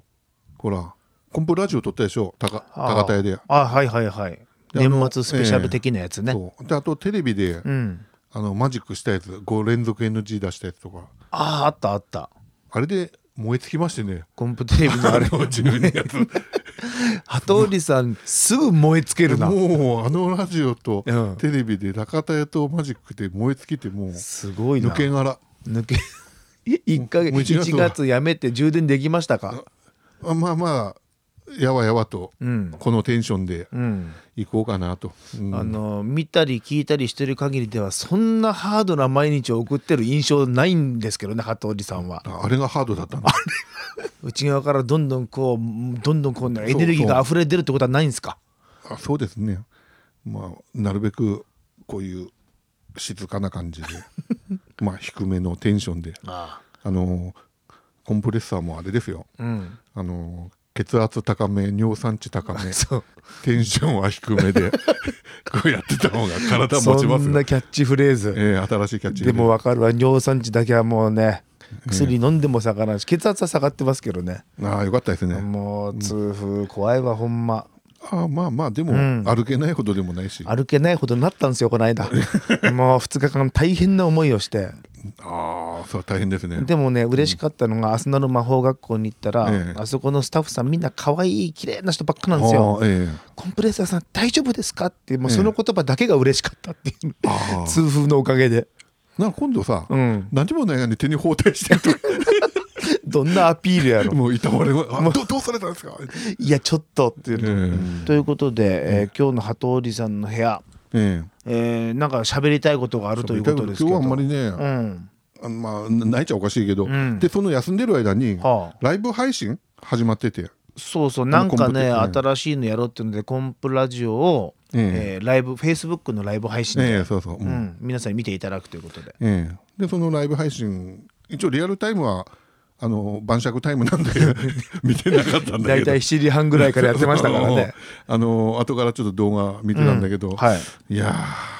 A: ほらコンプラジオ撮ったでしょ高高田屋で
E: あはいはいはい
A: であの
E: 年末スペシャル的なやつね、
A: そうであとテレビで、
E: うん
A: あのマジックしたやつ5連続 NG 出したやつとか
E: あああったあった
A: あれで燃え尽きまして ね
E: コンプテレビのあれ
A: 自分のやつ
E: 鳩織さんすぐ燃え尽けるな
A: もうあのラジオと
E: うん
A: テレビで高田屋とマジックで燃え尽きてもう
E: すごいな
A: 抜け殻
E: 抜け一ヶ月
A: もう一月
E: 1
A: は
E: 月やめて充電できましたか
A: あまあまあやわやわと
E: うん
A: このテンションで
E: うん
A: 行こうかなと、うん
E: あの見たり聞いたりしてる限りではそんなハードな毎日を送ってる印象ないんですけどね鳩織さんは
A: ああれがハードだったんだ
E: 内側からどんどんこうどんどんこうエネルギーが溢れ出るってことはないんですか
A: あそうですねまあなるべくこういう静かな 感じでまあ低めのテンションで
E: あ
A: あのコンプレッサーもあれですよ
E: あうん
A: あの血圧高め尿酸値高め
E: そう
A: テンションは低め でこうやってた方が体持ちま
E: そ
A: す
E: ん
A: よ
E: な、キャッチフレーズ
A: ええ新しいキャッチ
E: でもわかるわ尿酸値だけはもうね薬飲んでも下がらんし血圧は下がってますけどね
A: ああよかったですね
E: もう痛風怖いわほんま
A: ああまあまあでも、
E: ん
A: 歩けないほどでもないしあ
E: 歩けないほどになったんですよこの 間もう2日間大変な思いをして
A: あそれは大変ですね
E: でもね嬉しかったのが、アスナの魔法学校に行ったら、
A: ええ
E: あそこのスタッフさんみんな可愛い綺麗な人ばっかなんですよ
A: ああえ
E: コンプレッサーさん大丈夫ですかってもうその言葉だけが嬉しかったっていう、
A: えあ
E: 痛風のおかげで、
A: あなんか今度さ、
E: うん、
A: 何もないのに手に包帯してると
E: どんなアピールや ろ
A: もういたわれはあどどうされたんですか。
E: いやちょっとっていう
A: ええ
E: の、ということで、えー今日の鳩織さんの部屋、
A: え
E: えー、なんか喋りたいことがある
A: え
E: ということですけ
A: 今
E: ど
A: 日はあんまりね、
E: うん
A: あまあ泣いちゃおかしいけど、
E: ん
A: でその休んでる間に、
E: はあ
A: ライブ配信始まってて、
E: そうそうなんかね
A: コンプ
E: 新しいのやろうっていうのでコンプラジオを、え
A: え
E: ーライブフェイスブックのライブ配信で、
A: ええそうそう、うん
E: うん、皆さんに見ていただくということで
A: ええでそのライブ配信一応リアルタイムはあの晩酌タイムなんで 見てなかったんだけ
E: 大
A: ど
E: 体。7時半ぐらいからやってましたか らね
A: あの後からちょっと動画見てたんだけど、、
E: うんはい
A: や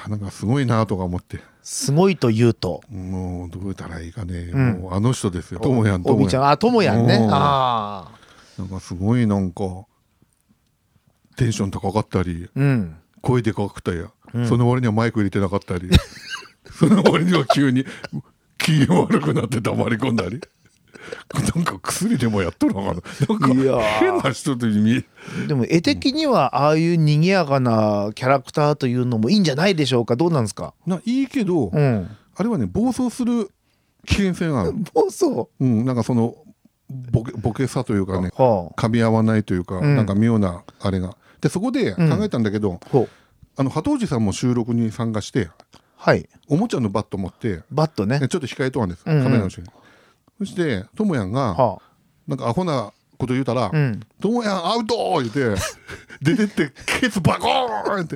A: ーなんかすごいなとか思って
E: すごいというと
A: もうどうやったらいいかね、
E: ん
A: もうあの人ですよともやんと
E: お
A: も
E: み
A: やん
E: ちゃんあともやんね
A: うん
E: ああ
A: なんかすごいなんかテンション高かったり
E: うん
A: 声でかくたり、その割にはマイク入れてなかった りその割には急に機嫌悪くなって黙り込んだりなんか薬でもやっとるのかななん
E: いや
A: か
E: ー
A: 変な人と見え
E: でも絵的にはああいう賑やかなキャラクターというのもいいんじゃないでしょうかどうなんですか
A: ないいけど、
E: うん
A: あれはね暴走する危険性がある、
E: もうそ
A: うん、なんかそのボケボケさというかね
E: うは
A: 噛み合わないというか、
E: うん
A: なんか妙なあれがでそこで考えたんだけど、
E: あほう
A: あの鳩おじさんも収録に参加して
E: はい
A: おもちゃのバット持って
E: バットね
A: ねちょっと控えとはんです、
E: うんうん
A: カメラの後ろにそしてともやんが、
E: は
A: なんかアホなこと言うたら
E: あうん
A: 「ともやんアウト!」言って 出てってケツバコーンって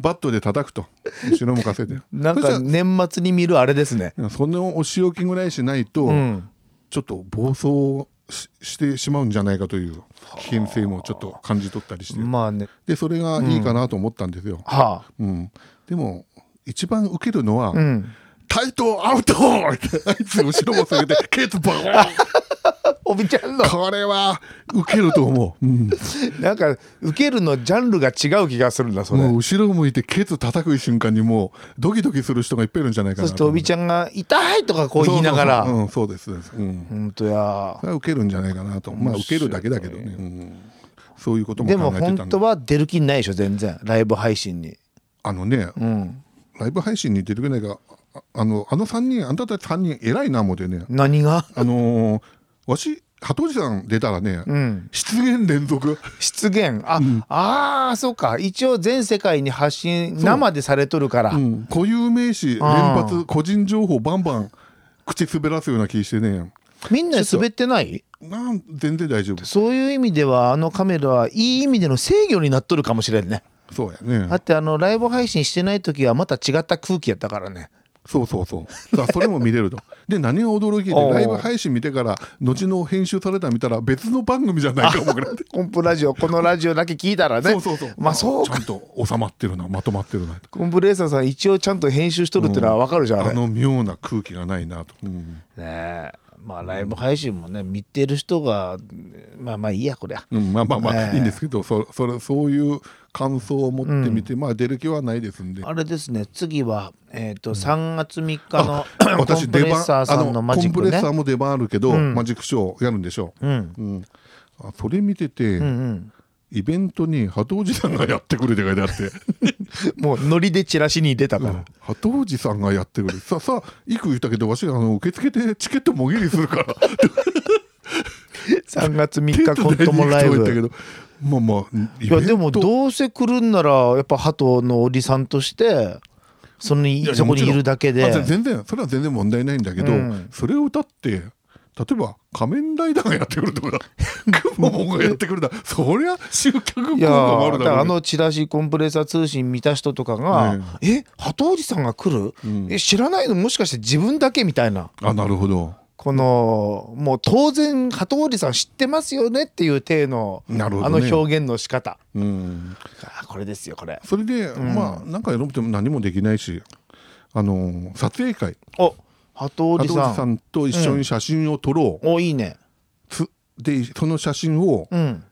A: バットで叩くと後ろ向かせて
E: なんか
A: そし
E: 年末に見るあれですね
A: たらそのお仕置きぐらいしないと、
E: うん
A: ちょっと暴走をししてしまうんじゃないかという危険性もちょっと感じ取ったりして、
E: まあね
A: でそれがいいかなと思ったんですよ、
E: はあ
A: うんでも一番ウケるのは、
E: うん
A: 対等アウトってあいつ後ろも下げてケツバコーン
E: おびちゃんの
A: これは受けると思う、うん
E: なんか受けるのジャンルが違う気がするんだそれ
A: もう後ろ向いてケツ叩く瞬間にもうドキドキする人がいっぱいいるんじゃないか
E: そ
A: な
E: しておびちゃんが「痛い!」とかこう言いな
A: そ
E: が
A: うそう
E: ら
A: そううん、そうですそうです、うん
E: 本当や
A: それは受けるんじゃないかなとまあ受けるだけだけどね、うんそういうことも
E: でも
A: 考えて
E: 本
A: たん
E: 当は出る気ないでしょ全然ライブ配信に
A: あのね、
E: うん
A: ライブ配信に出てくれないがああのあの3人あんたたち3人偉いな思うてね
E: 何が
A: あのーわし鳩おじさん出たらね、
E: うん
A: 失言連続
E: 出現あ、あーそうか一応全世界に発信生でされとるから、
A: うん固有名詞連
E: あー
A: 発個人情報バンバン口滑らすような気してね
E: みんな滑ってない
A: なん全然大丈夫
E: そういう意味ではあのカメラはいい意味での制御になっとるかもしれんね
A: そうやね
E: だってあのライブ配信してない時はまた違った空気やったからね
A: そうそうそうだからそれも見れるとで何が驚きで
E: おう
A: ライブ配信見てから後の編集されたの見たら別の番組じゃないかもぐら い
E: コンプラジオこのラジオだけ聞いたらね
A: そうそうそう
E: まあそう
A: ちゃ
E: か
A: んと収まってるなまとまってるな
E: コンプレーサーさん一応ちゃんと編集しとるってのはわかるじゃん、あ
A: あ
E: れ
A: の妙な空気がないなと、うん
E: ねえまあライブ配信もね見てる人がまあまあいいやこりゃ
A: うんまあまあまあ、
E: ねえ
A: いいんですけどそそれそういう感想を持ってみて、まあ出る気はないですんで
E: あれですね次はえっ、と3月3日の コ
A: 私
E: ンプ
A: 出
E: レッ
A: 番
E: サーさん
A: あ
E: のマジッ
A: コンプレ
E: ク
A: ッ
E: ね
A: サーも出番あるけど、
E: ん
A: マジックショーやるんでしょう、
E: うん
A: うんあそれ見てて、
E: うんうん
A: イベントに鳩おじさんがやってくれって書いてあって
E: もうノリでチラシに出たから、
A: 鳩おじさんがやってくれるささいく言ったけどわしがあの受付でチケットもぎりするから
E: 3月3日コントもライ
A: 手伝いに行くとは言ったけ
E: ブ
A: どまあまあイ
E: い
A: ベン
E: や
A: ト
E: でもどうせ来るんならやっぱ鳩のおりさんとしてその
A: いや
E: そこにいるだけで
A: もちろんあ全然それは全然問題ないんだけど、
E: うん
A: それを歌って例えば「仮面ライダー」がやってくると か「クモモン」がやってくるだそりゃ集客効
E: い
A: 果
E: や
A: もある
E: ーだ
A: だ
E: から
A: ろ
E: あ
A: うけど
E: のチラシコンプレッサー通信見た人とかが
A: ね
E: 「え鳩おじさんが来る、
A: ん
E: え知らないのもしかして自分だけ?」みたいな
A: あなるほど
E: このもう当然鳩おじさん知ってますよねっていう体の、
A: なるほ
E: あ
A: ど
E: の
A: ね
E: 表現の仕方
A: うん
E: あーこれですよこれ
A: それで、まあなんかやろうとも何もできないしあのー撮影会
E: お鳩お
A: 加
E: じ
A: 藤
E: さん
A: さんと一緒に写真を撮ろう、
E: おいいね
A: つでその写真を
E: うん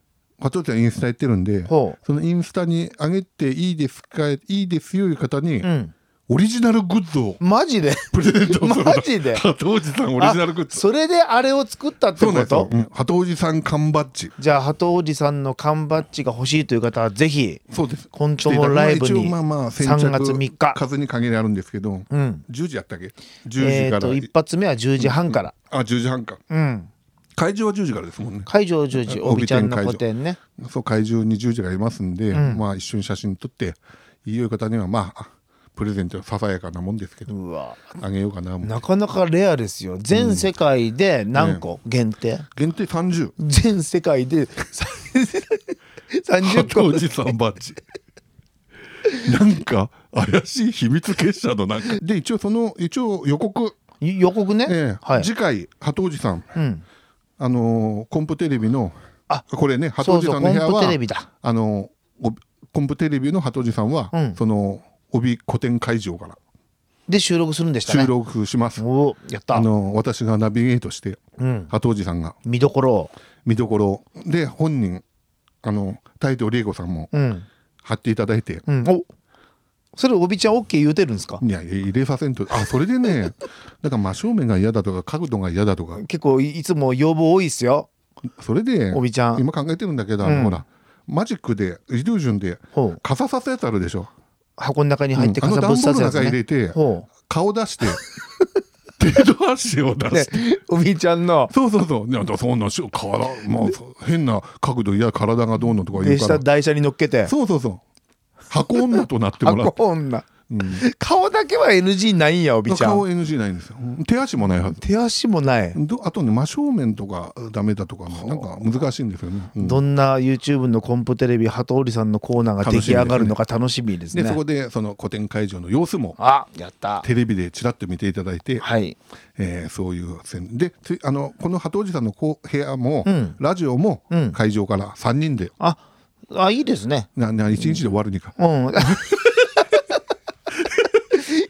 A: 加藤ちゃんインスタやってるんで
E: ほ
A: そのインスタに上げていいですかいいですよいう方に、
E: ううん
A: オリジナルグッズを
E: マジで
A: プレゼントする
E: マジで
A: 鳩おじさんオリジナルグッズ
E: それであれを作ったって
A: そうなんで
E: こ
A: すよ
E: と、
A: うん鳩おじさん缶バッジ
E: じゃあ鳩おじさんの缶バッジが欲しいという方はぜひ
A: そうです
E: コントもライブに
A: まあまあ先着
E: 3月3日
A: 数に限りあるんですけど、
E: うん
A: 10時やったっけ10
E: え
A: 時
E: ー
A: から、
E: と一発目は10時半から、
A: あ10時半か
E: うん、
A: 会場は10時からですもんね
E: 会場10時
A: あ
E: おびちゃんの個展ね
A: そう会場に10時からいますんで、
E: ん
A: まあ一緒に写真撮っていいよいう方にはまあプレゼントはささやかなもんですけど
E: うわ
A: あげようかなもう
E: なかなかレアですよ全世界で何個限定、
A: 限定30
E: 全世界で30
A: 鳩
E: 個
A: おじさんバッジ なんか怪しい秘密結社のなんかで一応その一応予告、
E: 予告ね、
A: ええ
E: はい、
A: 次回鳩おじさん
E: うん、
A: あのーコンプテレビの
E: あ
A: これね鳩
E: そ
A: お
E: う
A: じ
E: そ
A: さ
E: うん
A: の部
E: コン
A: 屋は
E: プテレビだ
A: あのーおコンプテレビの鳩おじさんは、
E: うん
A: その帯古典会場から
E: で収録するんでしたね
A: 収録します、
E: おおやった
A: あの私がナビゲートして
E: うん、
A: 鳩おじさんが
E: 見どころを
A: 見どころをで本人あの大東理子さんも
E: うん、
A: 貼っていただいて、
E: うん、おそれおびちゃん OK 言うてるんですか
A: いやいや入れさせんとあそれで ねなんか真正面が嫌だとか角度が嫌だとか
E: 結構いいつも要望多いっすよ
A: それで
E: おびちゃん
A: 今考えてるんだけど、あ
E: う
A: の
E: ん
A: ほらマジックでイリュージョンで
E: ほう
A: 傘さすやつあるでしょ
E: 箱の中に入って
A: うんあの
E: 傘ぶっ刺すやつ、
A: 段ボールの中に入れて
E: ねほ
A: 顔出 して程度足を出
E: うで
A: して。
E: おびちゃんの
A: そうそうそう。いやだからそんなしからもうそう変な角度いや体がどうのとか言
E: で
A: うか
E: 下
A: ら。
E: 台車に乗っけて
A: そうそうそう。箱女となってもらう。
E: 箱女
A: うん
E: 顔だけは NG ないんやおびちゃ
A: 顔
E: ん
A: NG ないんですよ。手足もないはず。
E: 手足もない、
A: どあとね真正面とかダメだとかね、なんか難しいんですよね。うん
E: どんな YouTube のコンプテレビ鳩織さんのコーナーが出来上がるのか楽しみですね
A: でそこでその古典会場の様子も
E: あやった
A: テレビでちらっと見ていただいて、
E: はい
A: えーそういう宣でついあのこの鳩おじさんのこう部屋も、
E: うん
A: ラジオも、
E: うん
A: 会場から3人で
E: ああいいですね
A: なな1日で終わるにか、
E: うん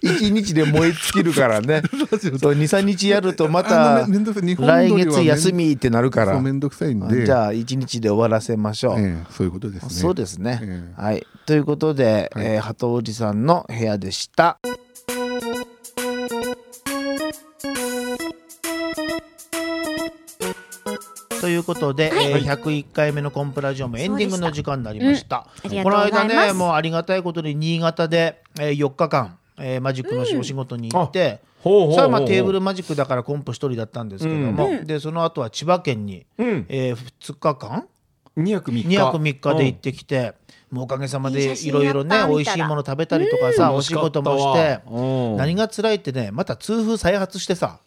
E: 一日で燃え尽きるからねそう23日やるとま
A: あ
E: た
A: のめんどくさい日本撮り
E: 来
A: はめん
E: 月休みってなるか
A: そう
E: ら
A: めんどくさいん
E: あ
A: で
E: じゃあ一日で終わらせましょう、
A: えーそういうことですね。
E: そうですね、
A: ええ
E: はいということで、
A: はい
E: えー鳩おじさんの部屋でしたといいうことで、
C: はい
E: えー101回目のコンプラジオもエンディングの時間になりました。
C: そうでしたうん
E: この
C: ありがとうござ
E: 間
C: います
E: ね、もうありがたいことに新潟で、えー4日間、えーマジックのお仕事に行って、
D: ほうほうほうほう
E: さあまあテーブルマジックだからコンプ一人だったんですけども、
C: うん
E: でその後は千葉県に、
D: うん
E: え2日間
D: 2泊3日
E: 2泊3日で行ってきて、もうおかげさま
C: いい
E: で
C: 写真
E: いろいろね
C: やった
E: 美味しいもの食べたりとかさ、お仕事もして、
D: うん
E: 何が辛いってねまた痛風再発してさ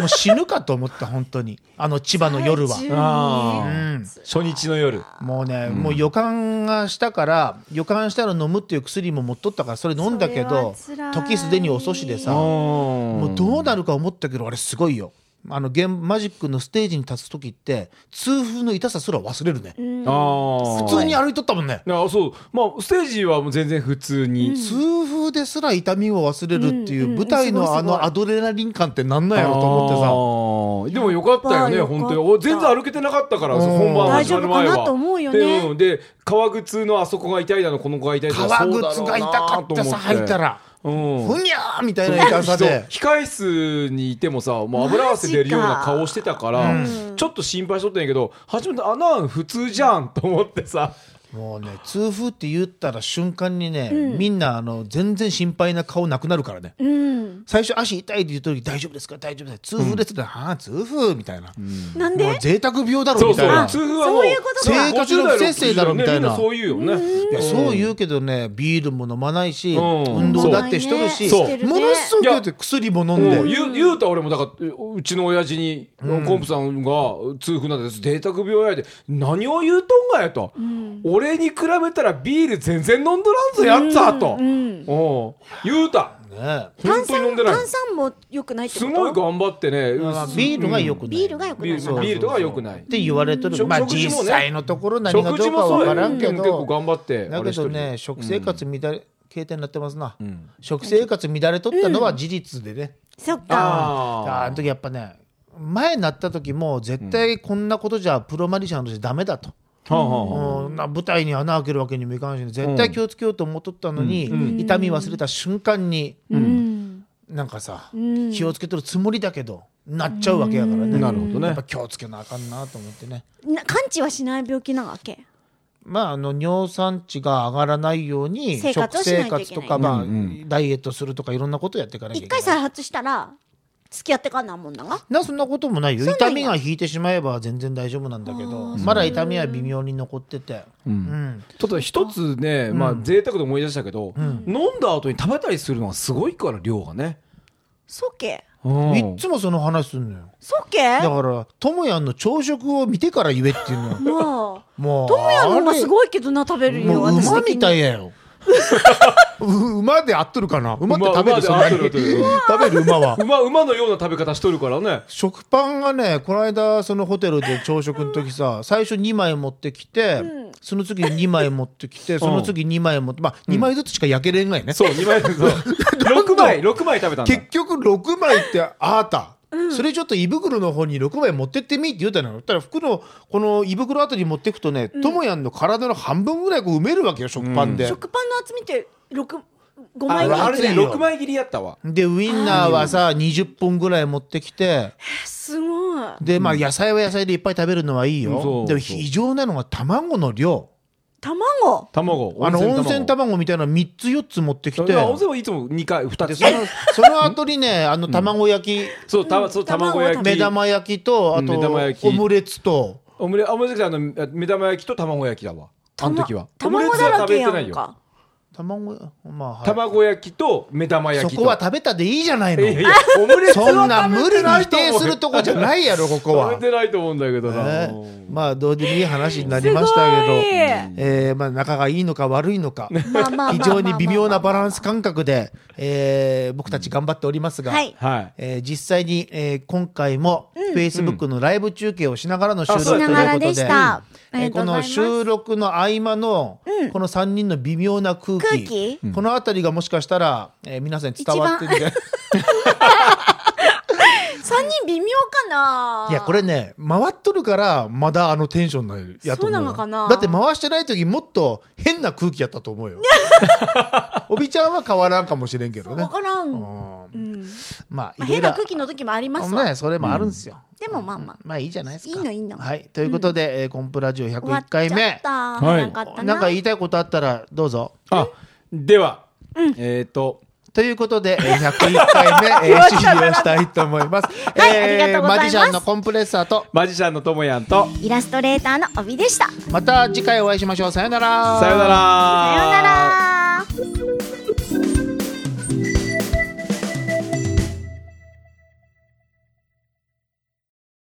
E: もう死ぬかと思った本当にあの千葉の夜は。
D: あ
E: う
D: ー
E: ん
D: 初日の夜
E: もうね、もう予感がしたから予感したら飲むっていう薬も持っとったからそれ飲んだけど
C: それは辛い
E: 時すでに遅しでさも
D: も
E: うどうなるか思ったけどあれすごいよあのゲームマジックのステージに立つ時って痛風の痛さすら忘れるね
D: あ
E: 普通に歩いとったもんね
D: ああそうまあステージはもう全然普通に、
E: 痛風ですら痛みを忘れるっていう
C: うんうん
E: 舞台
C: すごい
E: の
C: す
E: あ
C: ごい
E: のアドレナリン感ってなんなんやろと思っ
D: ってさ
E: てさ
D: でもよかったよね
C: よかった
D: 本当にお全然歩けてなかったからそう本番始まる前は
C: 大丈夫かなと思うよね
D: で,、うん、で革靴のあそこが痛いだのこの子が痛いだの
E: 革靴が痛かったさ履い
D: そ
E: た、ら
D: うだろうなと思ってうん、
E: ふにゃーみたいな痛さで
D: 控室にいてもさもう油汗出るような顔してたから、
C: マジかうん
D: ちょっと心配しとったんやけど初めてあんなん普通じゃんと思ってさ
E: もうね痛風って言ったら瞬間にね、みんなあの全然心配な顔なくなるからね
C: うん。
E: 最初足痛いって言った時大丈夫ですか大丈夫です痛風ですって、はあ痛風みたいな、
C: なん
E: も
C: で
E: う贅沢病だろ
D: そう
E: みた
D: そ
E: いうな
D: 普通はも
C: そ
D: う
C: ういうこと
E: か生活の不摂生だろみたいな
D: 50代の60代のねみんそう言うよね、
E: いやそう言うけどねビールも飲まないし、
D: うん
E: 運動だってしとるし、
D: そう
C: してるね
E: ものすごくだって薬も飲んで、
D: もう言う言うたら俺もだからうちの親父に、コンプさんが痛風なんです贅沢病やで何を言うとんがやと、俺に比べたらビール全然飲んどらんぞやっさと、
C: うん
D: おう言うた
E: ね
D: 本
C: 炭
D: 当
C: 酸
D: に飲んでない
C: 炭酸も良くないって
D: す
C: こと
D: ごい頑張ってね、
E: まあビールが良くない、
C: ビールが良くない
D: ビールビールとかは良くない
E: って言われてる、
D: 食
E: まあ
D: 食事
E: 実
D: もね
E: 際のところ何が
D: 食
E: ど
D: 事
E: うか
D: も
E: は
D: そう
E: 分
D: や
E: からんけ
D: 結構
E: ど
D: 頑張って
E: だけどね
D: 俺一人
E: 食生活乱れ形態になってますな、
D: ん
E: 食生活乱れとったのは事実でね、
C: そっか。
E: あーあ
D: あ
E: の時やっぱね前になった時も絶対こんなことじゃプロマジシャンとしてダメだと、
D: あ、はあはあはあ
E: もうな舞台に穴開けるわけにもいかんし絶対気をつけようと思っとったのに、痛み忘れた瞬間に、
C: うん。
E: なんかさ、
C: ん
E: 気をつけとるつもりだけどなっちゃうわけやからね、
D: なるほどね
E: やっぱ気をつけなあかんなと思ってね
C: な完治はしない病気なわけ。
E: まあ、あの尿酸値が上がらないように
C: 生活を
E: 食
C: しな
E: 生
C: いといけ
E: 活
C: ない
E: とか、まあダイエットするとかいろんなことやっていかなきゃい
C: 一
E: けない
C: 回再発したら付き合ってかんなもんなが。
E: なそんなこともないよ
C: うなんや
E: 痛みが引いてしまえば全然大丈夫なんだけどまだ痛みは微妙に残ってて、うん
D: ちょっと一つね、まあ贅沢で思い出したけど、飲んだ後に食べたりするのはすごいから量がね、
C: そうけ。
E: いっつもその話すんのよ
C: そうけ。
E: だからともやんの朝食を見てから言えっていう のよ
C: も
E: も
C: う。
E: う
C: トムヤの方がす
E: い
C: ごいけどな食べるよ
E: もう
C: 私
E: 馬
C: 的
E: み
C: に。
E: たいやよ う馬で合っとるかな馬って食べるそん
D: 馬
E: な
D: 馬で合っと
E: に
D: る合
E: 食べる馬は
D: 馬馬のような食べ方しとるからね。
E: 食パンがねこの間そのホテルで朝食の時さ最初2枚持ってきて、その次2枚持ってきてその次2枚持ってまあ2枚ずつしか焼けれんがいね、
D: そう、二枚 ずつ。六枚、六枚食べたんだ
E: 結。局6枚ってあーた、それちょっと胃袋の方に6枚持ってってみって言うたのよそしたら服のこの胃袋あたり持ってくとねともやんの体の半分ぐらいこう埋めるわけよ食パンで、
C: 食パンの厚みって六五
D: あ
C: 枚ぐらい
D: あれね、
E: いいよ
D: 六枚切りやったわ。
E: でウインナーはさ20本ぐらい持ってきて
C: すごい。
E: でまあ野菜は野菜でいっぱい食べるのはいい
D: うんそ
E: よ
D: う
E: でも非常なのが卵の量
C: 卵。
D: 卵。
E: あの温泉
D: 卵。
E: 卵みたいなの3つ4つ持ってき
D: い
E: て
D: や温泉はいつも二回、二
E: で
D: つ。
E: そのその後 にねあの卵焼き、
D: そう、た、そう、卵焼き。
E: 目玉焼きとあ
D: うん目玉焼き
E: とオムレツと
D: オムレ、あ、オムレツじゃないあの、目玉焼きと卵焼きだわ。あの時は。
C: たま卵だらけやんか。
E: 卵まあ、はい、
D: 卵焼きと目玉
E: そ
D: 焼きと。
E: こは食べたでいいじゃない
D: いやい
E: の
D: やオムレツは
E: そんな無
D: 食べ
E: 理
D: て
E: に
D: な
E: 否
D: いと思う
E: 定するとこじゃない やろここは
D: 食べ。てないと思うんだけどな。
E: ね
D: うん
E: まあどうでもいい話になりましたけど
C: すごい、
E: えーまあ、仲がいいのか悪い のか
C: まあまあまあまあまあ
E: 非常に微妙なバランス感覚で、えー僕たち頑張っておりますが、
C: はい。
D: はい。
E: えー実際に、えー今回も Facebook のライブ中継をしながらの収録
D: あ
E: と
D: そう
E: い
D: だ
E: うこと
D: しな
C: がらで
E: で,、
C: したありがとう
E: こ
C: ござい
E: の
C: ます
E: 収録の合間の、この3人の微妙な空気
C: 空気
E: この辺りがもしかしたら、えー皆さんに伝わってるんじゃない
C: 三人微妙かな。
E: いやこれね回っとるからまだあのテンションなんやと思うよ
C: そうなのかな
E: だって回してない時もっと変な空気やったと 思うよおびちゃんは変わらんかもしれんけどね
C: わからん。
E: うん
C: うん。
E: まあ
C: まあ
E: いろい
C: 変
E: ろ
C: な空気の時もありますわ。
E: ねそれもあるんですよ、
C: ででもまあまあ。
E: まあいいじゃないです
C: い
E: か。
C: いのいいの。
E: はい、ということで、えーコンプラジオ
C: 終わっ
E: 101
C: ちゃ
E: 回
C: っ
E: 目。
C: た。
D: はい
C: 長かったな。
E: なんか言いたいことあったらどうぞ。
D: あ、では、えっ、と、
E: ということで、 えー101回目、えー終了したいと思います。
C: はいありがとうございます
E: マジシャンのコンプレッサーと、
D: マジシャンのともやんと、
C: イラストレーターの帯でした。さよ
E: また次回お会いしましょう。さよなら。
D: さよなら。
C: うなら。